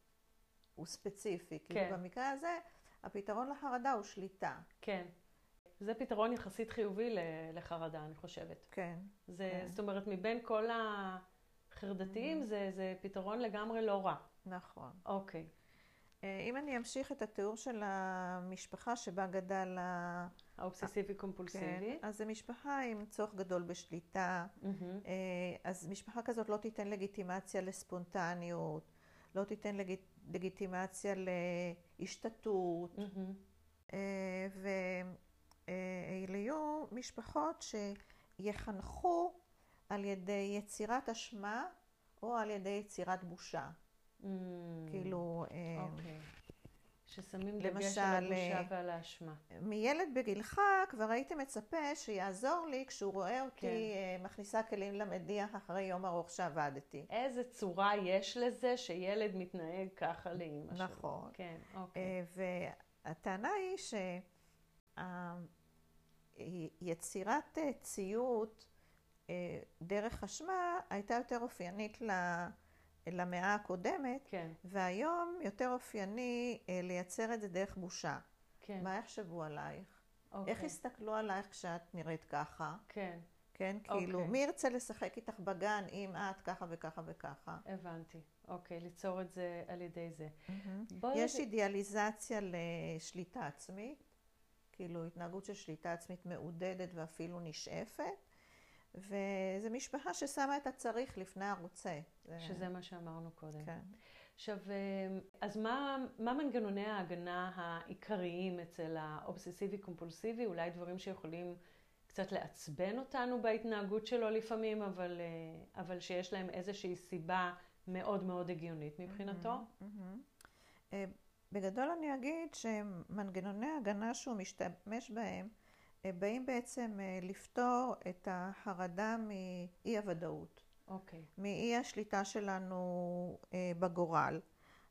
[SPEAKER 2] הוא ספציפי. כן.
[SPEAKER 1] כן.
[SPEAKER 2] כאילו במקרה הזה, הפתרון לחרדה הוא שליטה.
[SPEAKER 1] כן. זה פתרון יחסית חיובי ל- לחרדה, אני חושבת.
[SPEAKER 2] כן.
[SPEAKER 1] זה,
[SPEAKER 2] כן. Mm-hmm.
[SPEAKER 1] זאת אומרת, מבין כל החרדתיים, זה, זה פתרון לגמרי לא רע.
[SPEAKER 2] נכון.
[SPEAKER 1] אוקיי.
[SPEAKER 2] אה, אם אני אמשיך את התיאור של המשפחה שבה גדל ה...
[SPEAKER 1] האובססיבי
[SPEAKER 2] כן,
[SPEAKER 1] קומפולסיבי.
[SPEAKER 2] אז זו משפחה עם צורך גדול בשליטה.
[SPEAKER 1] מהמם.
[SPEAKER 2] אה, אז משפחה כזאת לא תיתן לגיטימציה לספונטניות, לא תיתן לגיט... לגיטימציה להשתתות,
[SPEAKER 1] מהמם.
[SPEAKER 2] אה, ואלה יהיו משפחות שיחנכו על ידי יצירת אשמה או על ידי יצירת בושה.
[SPEAKER 1] מהמם.
[SPEAKER 2] כאילו, אה,
[SPEAKER 1] Mm. אוקיי. ששמים דגש
[SPEAKER 2] למשל,
[SPEAKER 1] על הבושה
[SPEAKER 2] אה,
[SPEAKER 1] ועל האשמה.
[SPEAKER 2] מילד בגילך כבר הייתי מצפה שיעזור לי כשהוא רואה אותי
[SPEAKER 1] כן.
[SPEAKER 2] אה, מכניסה כלים למדיח אחרי יום ארוך שעבדתי.
[SPEAKER 1] איזה צורה יש לזה שילד מתנהג ככה לאימא שלו.
[SPEAKER 2] נכון.
[SPEAKER 1] כן, אוקיי.
[SPEAKER 2] אה, והטענה היא שיצירת ציות אה, דרך אשמה הייתה יותר אופיינית ל- למאה הקודמת,
[SPEAKER 1] כן,
[SPEAKER 2] והיום יותר אופייני אה, לייצר את זה דרך בושה.
[SPEAKER 1] כן,
[SPEAKER 2] מה יחשבו עלייך?
[SPEAKER 1] אוקיי.
[SPEAKER 2] איך יסתכלו עלייך כשאת נראית ככה?
[SPEAKER 1] כן,
[SPEAKER 2] כן, כאילו,
[SPEAKER 1] אוקיי.
[SPEAKER 2] מי ירצה לשחק איתך בגן אם את ככה וככה וככה?
[SPEAKER 1] הבנתי. אוקיי, ליצור את זה על ידי זה. בואי
[SPEAKER 2] יש
[SPEAKER 1] נגיד-
[SPEAKER 2] אידיאליזציה לשליטה עצמית, כאילו התנהגות של שליטה עצמית מעודדת ואפילו נשאפת, וזו משפחה ששמה את הצריך לפני הרוצה. זה-
[SPEAKER 1] שזה מה שאמרנו קודם.
[SPEAKER 2] כן.
[SPEAKER 1] עכשיו, אה, אז מה, מה מנגנוני ההגנה העיקריים אצל האובססיבי-קומפולסיבי? אולי דברים שיכולים קצת לעצבן אותנו בהתנהגות שלו לפעמים, אבל, אה, אבל שיש להם איזושהי סיבה מאוד מאוד הגיונית מבחינתו?
[SPEAKER 2] Mm-hmm. מהמם. אה, בגדול אני אגיד שמנגנוני ההגנה שהוא משתמש בהם, אה, באים בעצם אה, לפתור את החרדה מאי הוודאות.
[SPEAKER 1] אוקיי.
[SPEAKER 2] מאי השליטה שלנו אה, בגורל.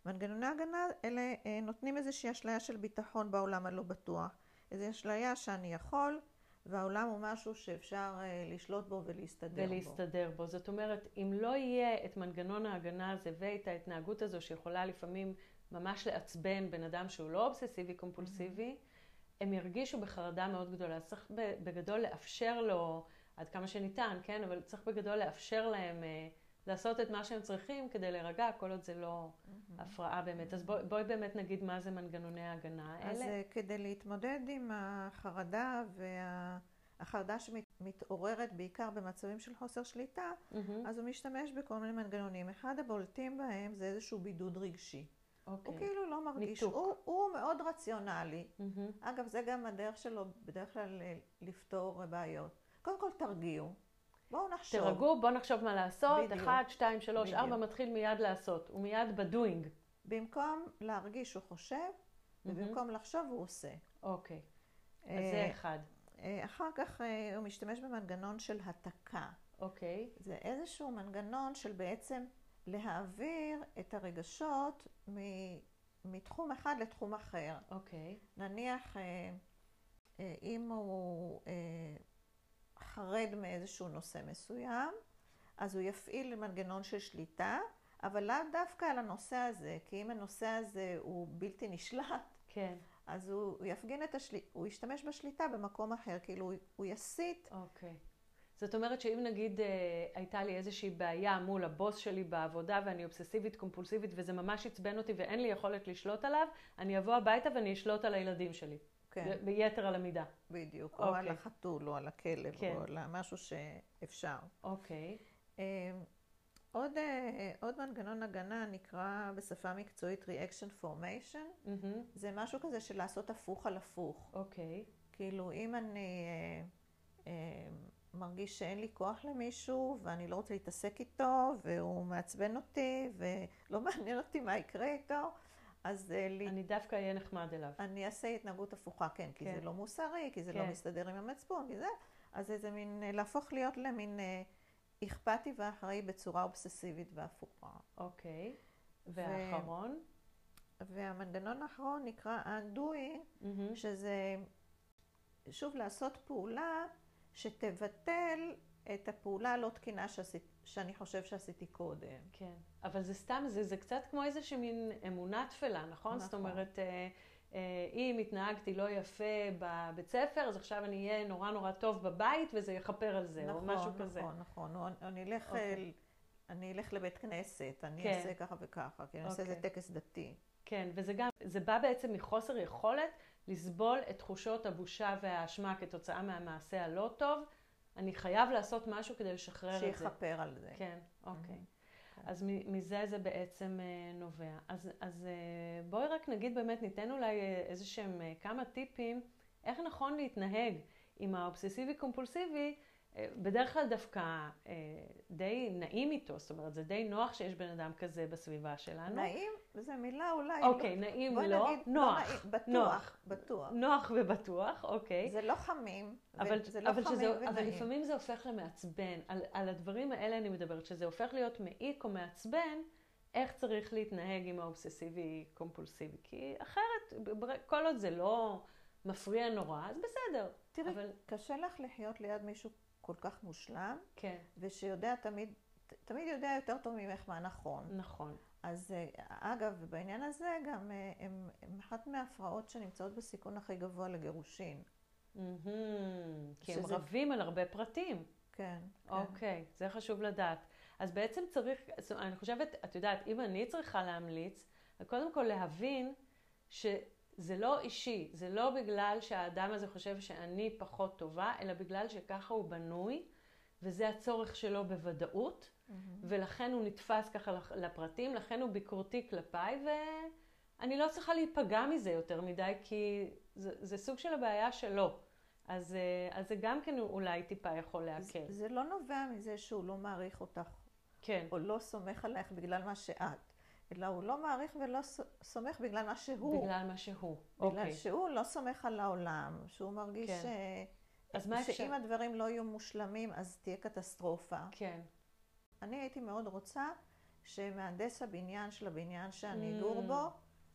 [SPEAKER 2] מנגנוני הגנה אלה אה, נותנים איזושהי אשליה של ביטחון בעולם הלא בטוח. איזו אשליה שאני יכול, והעולם הוא משהו שאפשר אה, לשלוט בו ולהסתדר בו.
[SPEAKER 1] ולהסתדר בו. זאת אומרת, אם לא יהיה את מנגנון ההגנה הזה ואת ההתנהגות הזו שיכולה לפעמים ממש לעצבן בן אדם שהוא לא אובססיבי קומפולסיבי,
[SPEAKER 2] Mm-hmm.
[SPEAKER 1] הם ירגישו בחרדה מאוד גדולה. אז צריך ב- בגדול לאפשר לו, עד כמה שניתן, כן? אבל צריך בגדול לאפשר להם אה, לעשות את מה שהם צריכים כדי להירגע, כל עוד זה לא
[SPEAKER 2] Mm-hmm.
[SPEAKER 1] הפרעה באמת. אז בוא- בואי באמת נגיד מה זה מנגנוני ההגנה
[SPEAKER 2] אז
[SPEAKER 1] האלה.
[SPEAKER 2] אה, כדי להתמודד עם החרדה וה... החרדה שמתעוררת בעיקר במצבים של חוסר שליטה,
[SPEAKER 1] מהמם.
[SPEAKER 2] אז הוא משתמש בכל מיני מנגנונים. אחד הבולטים בהם זה איזשהו בידוד רגשי. הוא
[SPEAKER 1] אוקיי.
[SPEAKER 2] כאילו לא מרגיש,
[SPEAKER 1] ניתוק.
[SPEAKER 2] הוא, הוא מאוד רציונלי.
[SPEAKER 1] מהמם.
[SPEAKER 2] אגב, זה גם הדרך שלו בדרך כלל אה, לפתור בעיות. קודם כל, תרגיעו. בואו נחשוב.
[SPEAKER 1] תרגעו, בואו נחשוב מה לעשות.
[SPEAKER 2] בדיוק.
[SPEAKER 1] אחד, שתיים, שלוש,
[SPEAKER 2] בדיוק.
[SPEAKER 1] ארבע, מתחיל מיד לעשות. הוא מיד בדואינג.
[SPEAKER 2] במקום להרגיש, הוא חושב, ובמקום לחשוב, הוא עושה.
[SPEAKER 1] אוקיי, אז
[SPEAKER 2] אה,
[SPEAKER 1] זה אחד.
[SPEAKER 2] אה, אחר כך אה, הוא משתמש במנגנון של התקה.
[SPEAKER 1] אוקיי,
[SPEAKER 2] זה איזשהו מנגנון של בעצם להעביר את הרגשות מ- מתחום אחד לתחום אחר.
[SPEAKER 1] אוקיי.
[SPEAKER 2] נניח, אה, אה, אם הוא אה, חרד מאיזשהו נושא מסוים, אז הוא יפעיל מנגנון של שליטה, אבל לאו דווקא על הנושא הזה, כי אם הנושא הזה הוא בלתי נשלט,
[SPEAKER 1] כן,
[SPEAKER 2] אז הוא, הוא יפגין את השליטה, הוא ישתמש בשליטה במקום אחר, כאילו הוא, הוא יסיט,
[SPEAKER 1] אוקיי. זאת אומרת שאם נגיד אה, הייתה לי איזושהי בעיה מול הבוס שלי בעבודה ואני אובססיבית קומפולסיבית וזה ממש עצבן אותי ואין לי יכולת לשלוט עליו, אני אבוא הביתה ואני אשלוט על הילדים שלי.
[SPEAKER 2] כן,
[SPEAKER 1] ב- ביתר על המידה.
[SPEAKER 2] בדיוק, או
[SPEAKER 1] אוקיי.
[SPEAKER 2] על החתול, או על הכלב,
[SPEAKER 1] כן.
[SPEAKER 2] או על משהו שאפשר.
[SPEAKER 1] אוקיי,
[SPEAKER 2] אה, עוד, אה, עוד מנגנון הגנה נקרא בשפה מקצועית Reaction Formation.
[SPEAKER 1] מהמם,
[SPEAKER 2] זה משהו כזה של לעשות הפוך על הפוך.
[SPEAKER 1] אוקיי,
[SPEAKER 2] כאילו, אם אני אה, אה, מרגיש שאין לי כוח למישהו, ואני לא רוצה להתעסק איתו, והוא מעצבן אותי, ולא *laughs* מעניין אותי מה יקרה איתו, אז אה, לי, אני...
[SPEAKER 1] אני דווקא אהיה נחמד אליו.
[SPEAKER 2] אני אעשה התנהגות הפוכה, כן, כי
[SPEAKER 1] כן.
[SPEAKER 2] זה לא מוסרי, כי זה לא
[SPEAKER 1] כן.
[SPEAKER 2] מסתדר עם המצפון, כי זה... אז איזה מין, אה, להפוך להיות למין אה, אכפתי ואחראי בצורה אובססיבית והפוכה.
[SPEAKER 1] אוקיי,
[SPEAKER 2] ו-
[SPEAKER 1] והאחרון?
[SPEAKER 2] והמנגנון האחרון נקרא undoing,
[SPEAKER 1] מהמם,
[SPEAKER 2] שזה שוב לעשות פעולה שתבטל את הפעולה הלא תקינה שעשית, שאני חושב שעשיתי קודם.
[SPEAKER 1] כן, אבל זה סתם, זה, זה קצת כמו איזושהי מין אמונה תפלה, נכון? נכון. זאת
[SPEAKER 2] נכון.
[SPEAKER 1] אומרת, אה, אה, אם התנהגתי לא יפה בבית ספר, אז עכשיו אני אהיה נורא נורא טוב בבית וזה יכפר על זה, או משהו
[SPEAKER 2] נכון,
[SPEAKER 1] כזה.
[SPEAKER 2] נכון, נכון. או, או נלך
[SPEAKER 1] אוקיי.
[SPEAKER 2] אל- אני אלך לבית כנסת, אני
[SPEAKER 1] כן.
[SPEAKER 2] אעשה ככה וככה, כי אני אעשה איזה
[SPEAKER 1] אוקיי.
[SPEAKER 2] טקס דתי.
[SPEAKER 1] כן, וזה גם, זה בא בעצם מחוסר יכולת לסבול את תחושות הבושה והאשמה כתוצאה מהמעשה הלא טוב. אני חייב לעשות משהו כדי לשחרר את זה.
[SPEAKER 2] שיכפר על זה.
[SPEAKER 1] אוקיי. כן, אוקיי.
[SPEAKER 2] כן.
[SPEAKER 1] אז מ- מזה זה בעצם אה, נובע. אז, אז אה, בואי רק נגיד באמת, ניתן אולי אה, איזה שהם אה, כמה טיפים, איך נכון להתנהג עם האובססיבי קומפולסיבי, אה, בדרך כלל דווקא אה, די נעים איתו, זאת אומרת, זה די נוח שיש בן אדם כזה בסביבה שלנו.
[SPEAKER 2] נעים, זו מילה אולי...
[SPEAKER 1] אוקיי,
[SPEAKER 2] לא-
[SPEAKER 1] נעים
[SPEAKER 2] בואי
[SPEAKER 1] לא,
[SPEAKER 2] נגיד, לא
[SPEAKER 1] נוח.
[SPEAKER 2] נעים, בטוח,
[SPEAKER 1] נוח.
[SPEAKER 2] בטוח.
[SPEAKER 1] נוח ובטוח, אוקיי.
[SPEAKER 2] זה לא חמים,
[SPEAKER 1] אבל,
[SPEAKER 2] וזה לא
[SPEAKER 1] אבל,
[SPEAKER 2] חמים
[SPEAKER 1] שזה, אבל
[SPEAKER 2] ונעים.
[SPEAKER 1] לפעמים זה הופך למעצבן. על, על הדברים האלה אני מדברת, שזה הופך להיות מעיק או מעצבן, איך צריך להתנהג עם האובססיבי-קומפולסיבי. כי אחרת, ב- ב- כל עוד זה לא מפריע נורא, אז בסדר.
[SPEAKER 2] תראי,
[SPEAKER 1] אבל-
[SPEAKER 2] קשה לך לחיות ליד מישהו כל כך מושלם,
[SPEAKER 1] כן,
[SPEAKER 2] ושיודע תמיד, תמיד יודע יותר טוב ממך מה נכון.
[SPEAKER 1] נכון.
[SPEAKER 2] אז אה, אגב, בעניין הזה גם אה, הם, הם אחת מההפרעות שנמצאות בסיכון הכי גבוה לגירושין.
[SPEAKER 1] מהמם, כי הם
[SPEAKER 2] Mm-hmm. שזה-
[SPEAKER 1] רבים על הרבה פרטים.
[SPEAKER 2] כן. כן.
[SPEAKER 1] אוקיי, זה חשוב לדעת. אז בעצם צריך, זאת אומרת, אני חושבת, את יודעת, אם אני צריכה להמליץ, אז קודם כל להבין שזה לא אישי, זה לא בגלל שהאדם הזה חושב שאני פחות טובה, אלא בגלל שככה הוא בנוי, וזה הצורך שלו בוודאות,
[SPEAKER 2] מהמם.
[SPEAKER 1] ולכן הוא נתפס ככה לח- לפרטים, לכן הוא ביקורתי כלפיי, ואני לא צריכה להיפגע מזה יותר מדי, כי זה, זה סוג של הבעיה שלו. אז, אה, אז זה גם כן אולי טיפה יכול להקל.
[SPEAKER 2] זה- זה לא נובע מזה שהוא לא מעריך אותך,
[SPEAKER 1] כן.
[SPEAKER 2] או לא סומך עלייך בגלל מה שאת, אלא הוא לא מעריך ולא ס- סומך בגלל מה שהוא.
[SPEAKER 1] בגלל מה שהוא.
[SPEAKER 2] בגלל
[SPEAKER 1] אוקיי.
[SPEAKER 2] שהוא לא סומך על העולם, שהוא מרגיש
[SPEAKER 1] כן.
[SPEAKER 2] ש-
[SPEAKER 1] אז מה אפשר?
[SPEAKER 2] שאם הדברים לא יהיו מושלמים, אז תהיה קטסטרופה.
[SPEAKER 1] כן. *laughs*
[SPEAKER 2] אני הייתי מאוד רוצה שמהנדס הבניין של הבניין
[SPEAKER 1] Mm.
[SPEAKER 2] שאני גור בו,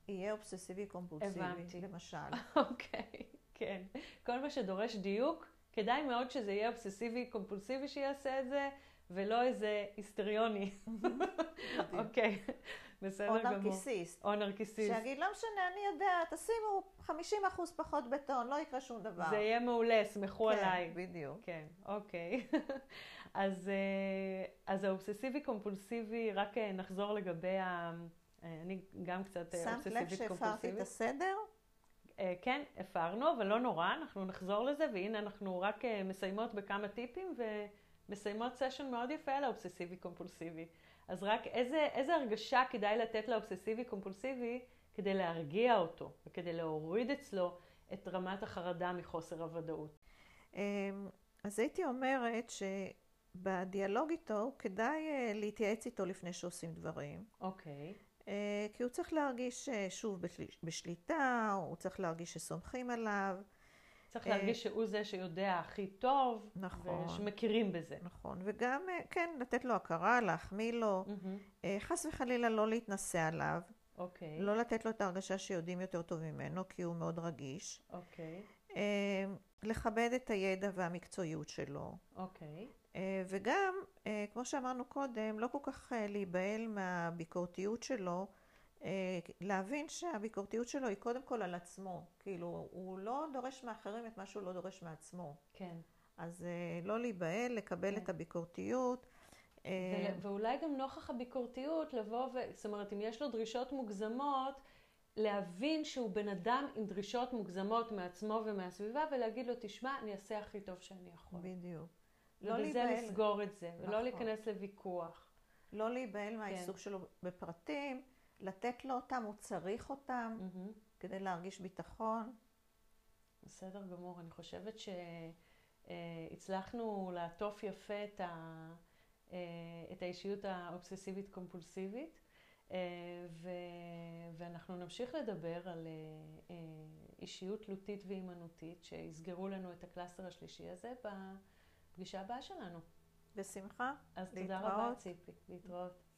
[SPEAKER 2] יהיה אובססיבי קומפולסיבי,
[SPEAKER 1] הבנתי.
[SPEAKER 2] למשל.
[SPEAKER 1] אוקיי. כן. כל מה שדורש דיוק, כדאי מאוד שזה יהיה אובססיבי קומפולסיבי שיעשה את זה, ולא איזה היסטריוני. *laughs* אוקיי. *laughs*
[SPEAKER 2] או
[SPEAKER 1] בסדר גמור.
[SPEAKER 2] נרקיסיסט.
[SPEAKER 1] או נרקיסיסט.
[SPEAKER 2] שיגיד, לא משנה, אני יודע, תשימו 50% פחות בטון, לא יקרה שום דבר.
[SPEAKER 1] זה יהיה מעולה, סמכו
[SPEAKER 2] כן,
[SPEAKER 1] עליי.
[SPEAKER 2] בדיוק.
[SPEAKER 1] כן, אוקיי. *laughs* אז, אה, אז האובססיבי קומפולסיבי, רק אה, נחזור לגבי ה... אה, אני גם קצת אה,
[SPEAKER 2] שמת לב
[SPEAKER 1] אובססיבית
[SPEAKER 2] שהפרתי
[SPEAKER 1] קומפולסיבית.
[SPEAKER 2] את הסדר?
[SPEAKER 1] אה, כן, הפרנו, אבל לא נורא, אנחנו נחזור לזה, והנה אנחנו רק אה, מסיימות בכמה טיפים ומסיימות סשן מאוד יפה על האובססיבי קומפולסיבי. אז רק איזה, איזה הרגשה כדאי לתת לאובססיבי קומפולסיבי כדי להרגיע אותו וכדי להוריד אצלו את רמת החרדה מחוסר הוודאות.
[SPEAKER 2] אמ, אז הייתי אומרת שבדיאלוג איתו כדאי אה, להתייעץ איתו לפני שעושים דברים.
[SPEAKER 1] אוקיי,
[SPEAKER 2] אה, כי הוא צריך להרגיש אה, שוב בשל- בשליטה, הוא צריך להרגיש שסומכים עליו,
[SPEAKER 1] צריך
[SPEAKER 2] אה,
[SPEAKER 1] להרגיש שהוא זה שיודע הכי טוב,
[SPEAKER 2] נכון.
[SPEAKER 1] ושמכירים בזה.
[SPEAKER 2] נכון, וגם, אה, כן, לתת לו הכרה, להחמיא לו,
[SPEAKER 1] מהמם,
[SPEAKER 2] אה, חס וחלילה לא להתנסה עליו,
[SPEAKER 1] אוקיי,
[SPEAKER 2] לא לתת לו את ההרגשה שיודעים יותר טוב ממנו, כי הוא מאוד רגיש,
[SPEAKER 1] אוקיי,
[SPEAKER 2] אה, לכבד את הידע והמקצועיות שלו,
[SPEAKER 1] אוקיי,
[SPEAKER 2] אה, וגם, אה, כמו שאמרנו קודם, לא כל כך אה, להיבהל מהביקורתיות שלו, אה, להבין שהביקורתיות שלו היא קודם כל על עצמו. כאילו, הוא לא דורש מאחרים את מה שהוא לא דורש מעצמו.
[SPEAKER 1] כן.
[SPEAKER 2] אז אה, לא להיבהל, לקבל
[SPEAKER 1] כן.
[SPEAKER 2] את הביקורתיות. אה,
[SPEAKER 1] ול- ואולי גם נוכח הביקורתיות, לבוא ו... זאת אומרת, אם יש לו דרישות מוגזמות, להבין שהוא בן אדם עם דרישות מוגזמות מעצמו ומהסביבה, ולהגיד לו, תשמע, אני אעשה הכי טוב שאני יכול.
[SPEAKER 2] בדיוק. לא
[SPEAKER 1] נכון. ובזה
[SPEAKER 2] להיבהל,
[SPEAKER 1] לסגור את זה, ולא
[SPEAKER 2] נכון.
[SPEAKER 1] להיכנס לוויכוח.
[SPEAKER 2] לא להיבהל מהעיסוק שלו בפרטים, לתת לו אותם, הוא צריך אותם,
[SPEAKER 1] מהמם.
[SPEAKER 2] כדי להרגיש ביטחון.
[SPEAKER 1] בסדר גמור. אני חושבת שהצלחנו לעטוף יפה את, ה... אה, את האישיות האובססיבית-קומפולסיבית, אה, ו... ואנחנו נמשיך לדבר על אה, אה, אישיות תלותית והימנותית, שיסגרו לנו את הקלאסטר השלישי הזה בפגישה הבאה שלנו.
[SPEAKER 2] בשמחה.
[SPEAKER 1] אז תודה
[SPEAKER 2] להתראות.
[SPEAKER 1] רבה, ציפי. להתראות.